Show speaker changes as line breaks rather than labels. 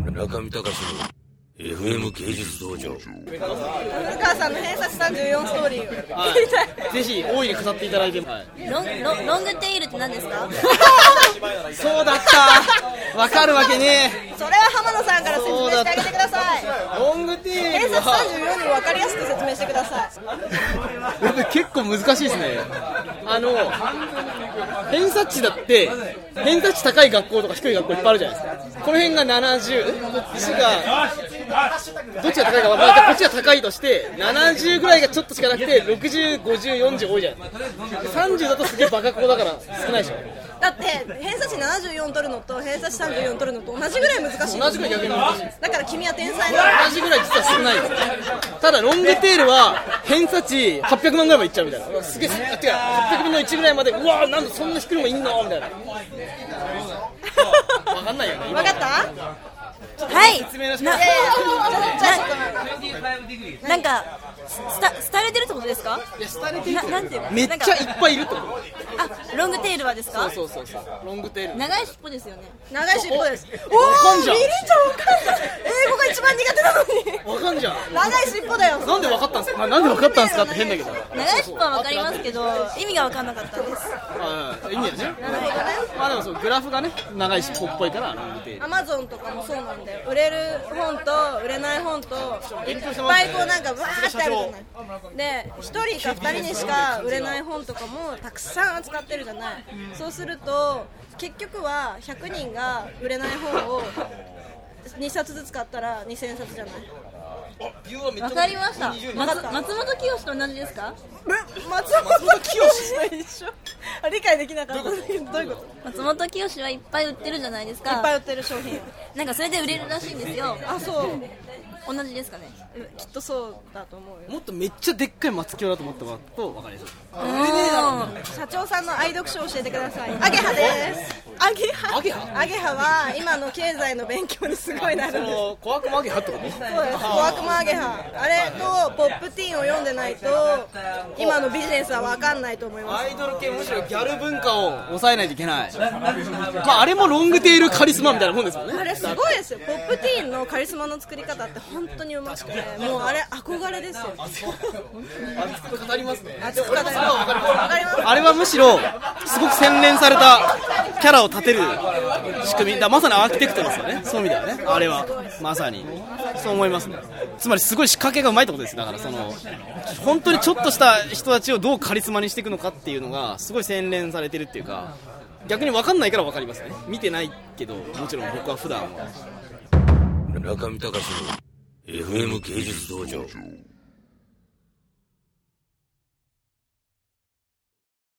村上隆の FM 芸術道場
古川さんの偏差値34ストーリーを聞き
は
たい
い、ぜひ大いに語っていただいて、はい、
ロンロンロングテイルって何ですか
そうだったわかるわけね
それは浜野さんから説明してあげてください
えロングテー
偏
ル
差値
は
34に分かりやすく説明してください
やっぱり結構難しいですねあの偏差値だって偏差値高い学校とか低い学校いっぱいあるじゃないですかこの辺が70えこっちがどっちが高いか分からないけどこっちが高いとして70ぐらいがちょっとしかなくて605040多いじゃないですか30だとすげえバカ校だから少ないでしょ
だって偏差値74取るのと偏差値34取るのと同じぐらい難しい
同じぐらい逆に難しい
だから君は天才なの
同じぐらい実は少ないですただロングテールは偏差値800万ぐらいまでいっちゃうみたいなすげえあてか800分の1ぐらいまでうわーなんだそんな低いのもいいのみたいな分かんないよね
分かった
はい
説明の仕
な
方
なんかすた廃れてるってことですかななんていうの
めっちゃいっぱいいると思う
なんかあロングテイルはですか
そうそうそうロングテール
長い尻尾ですよね
長い尻尾ですお
わ
お
かん
みり
じゃん
ちゃん分かんない英語が一番苦手なのに
わかんじゃん
長い尻尾だよ
なんでわかったんすかななんでわかったんすかって変だけど
長い尻尾はわかりますけど意味がわかんなかったんです
はい意味だよね
なるほどね
まあでもそうグラフがね長いしぽっぽいからロングテール
アマゾンとかもそうなんだよ売れる本と売れない本とい
勉強し
って
ますね
ぱいこうなんかわーってあるじゃないで1人か2人にしか売れない本とかもたくさん扱ってるじゃないそうすると結局は100人が売れない本を2冊ずつ買ったら2000冊じゃない
わかりました松
わかった
松本清と同じですか
松本清と一緒あ理解できなかったんだけどどういうこと
松本清はいっぱい売ってるじゃないですか
いっぱい売ってる商品
なんかそれで売れるらしいんですよ
あそう
同じですかね
うんきっとそうだと思うよ
もっとめっちゃでっかい松清だと思ってもらうとわかりやすい
社長さんの愛読書を教えてください。アゲハです。アゲハ。
アゲハ
アゲハは今の経済の勉強にすごいなるんです。
もう小悪魔揚げはってこと
そうです。小悪魔アゲハ。あれとポップティーンを読んでないと今のビジネスはわかんないと思います。
アイドル系むしろギャル文化を抑えないといけない、まあ、あれもロングテールカリスマみたいなもんですもんね
あれすごいですよ。ポップティーンのカリスマの作り方って本当にうまくて、もうあれ憧れですよ。
熱く語りますね
熱く語ります。わかります。
あれはむしろすごく洗練されたキャラを立てる仕組みだまさにアーキテクトですよねそういう意味ではねあれはまさにそう思いますねつまりすごい仕掛けがうまいってことですだからその本当にちょっとした人たちをどうカリスマにしていくのかっていうのがすごい洗練されてるっていうか逆に分かんないから分かりますね見てないけどもちろん僕は普段は
村上隆の FM 芸術道場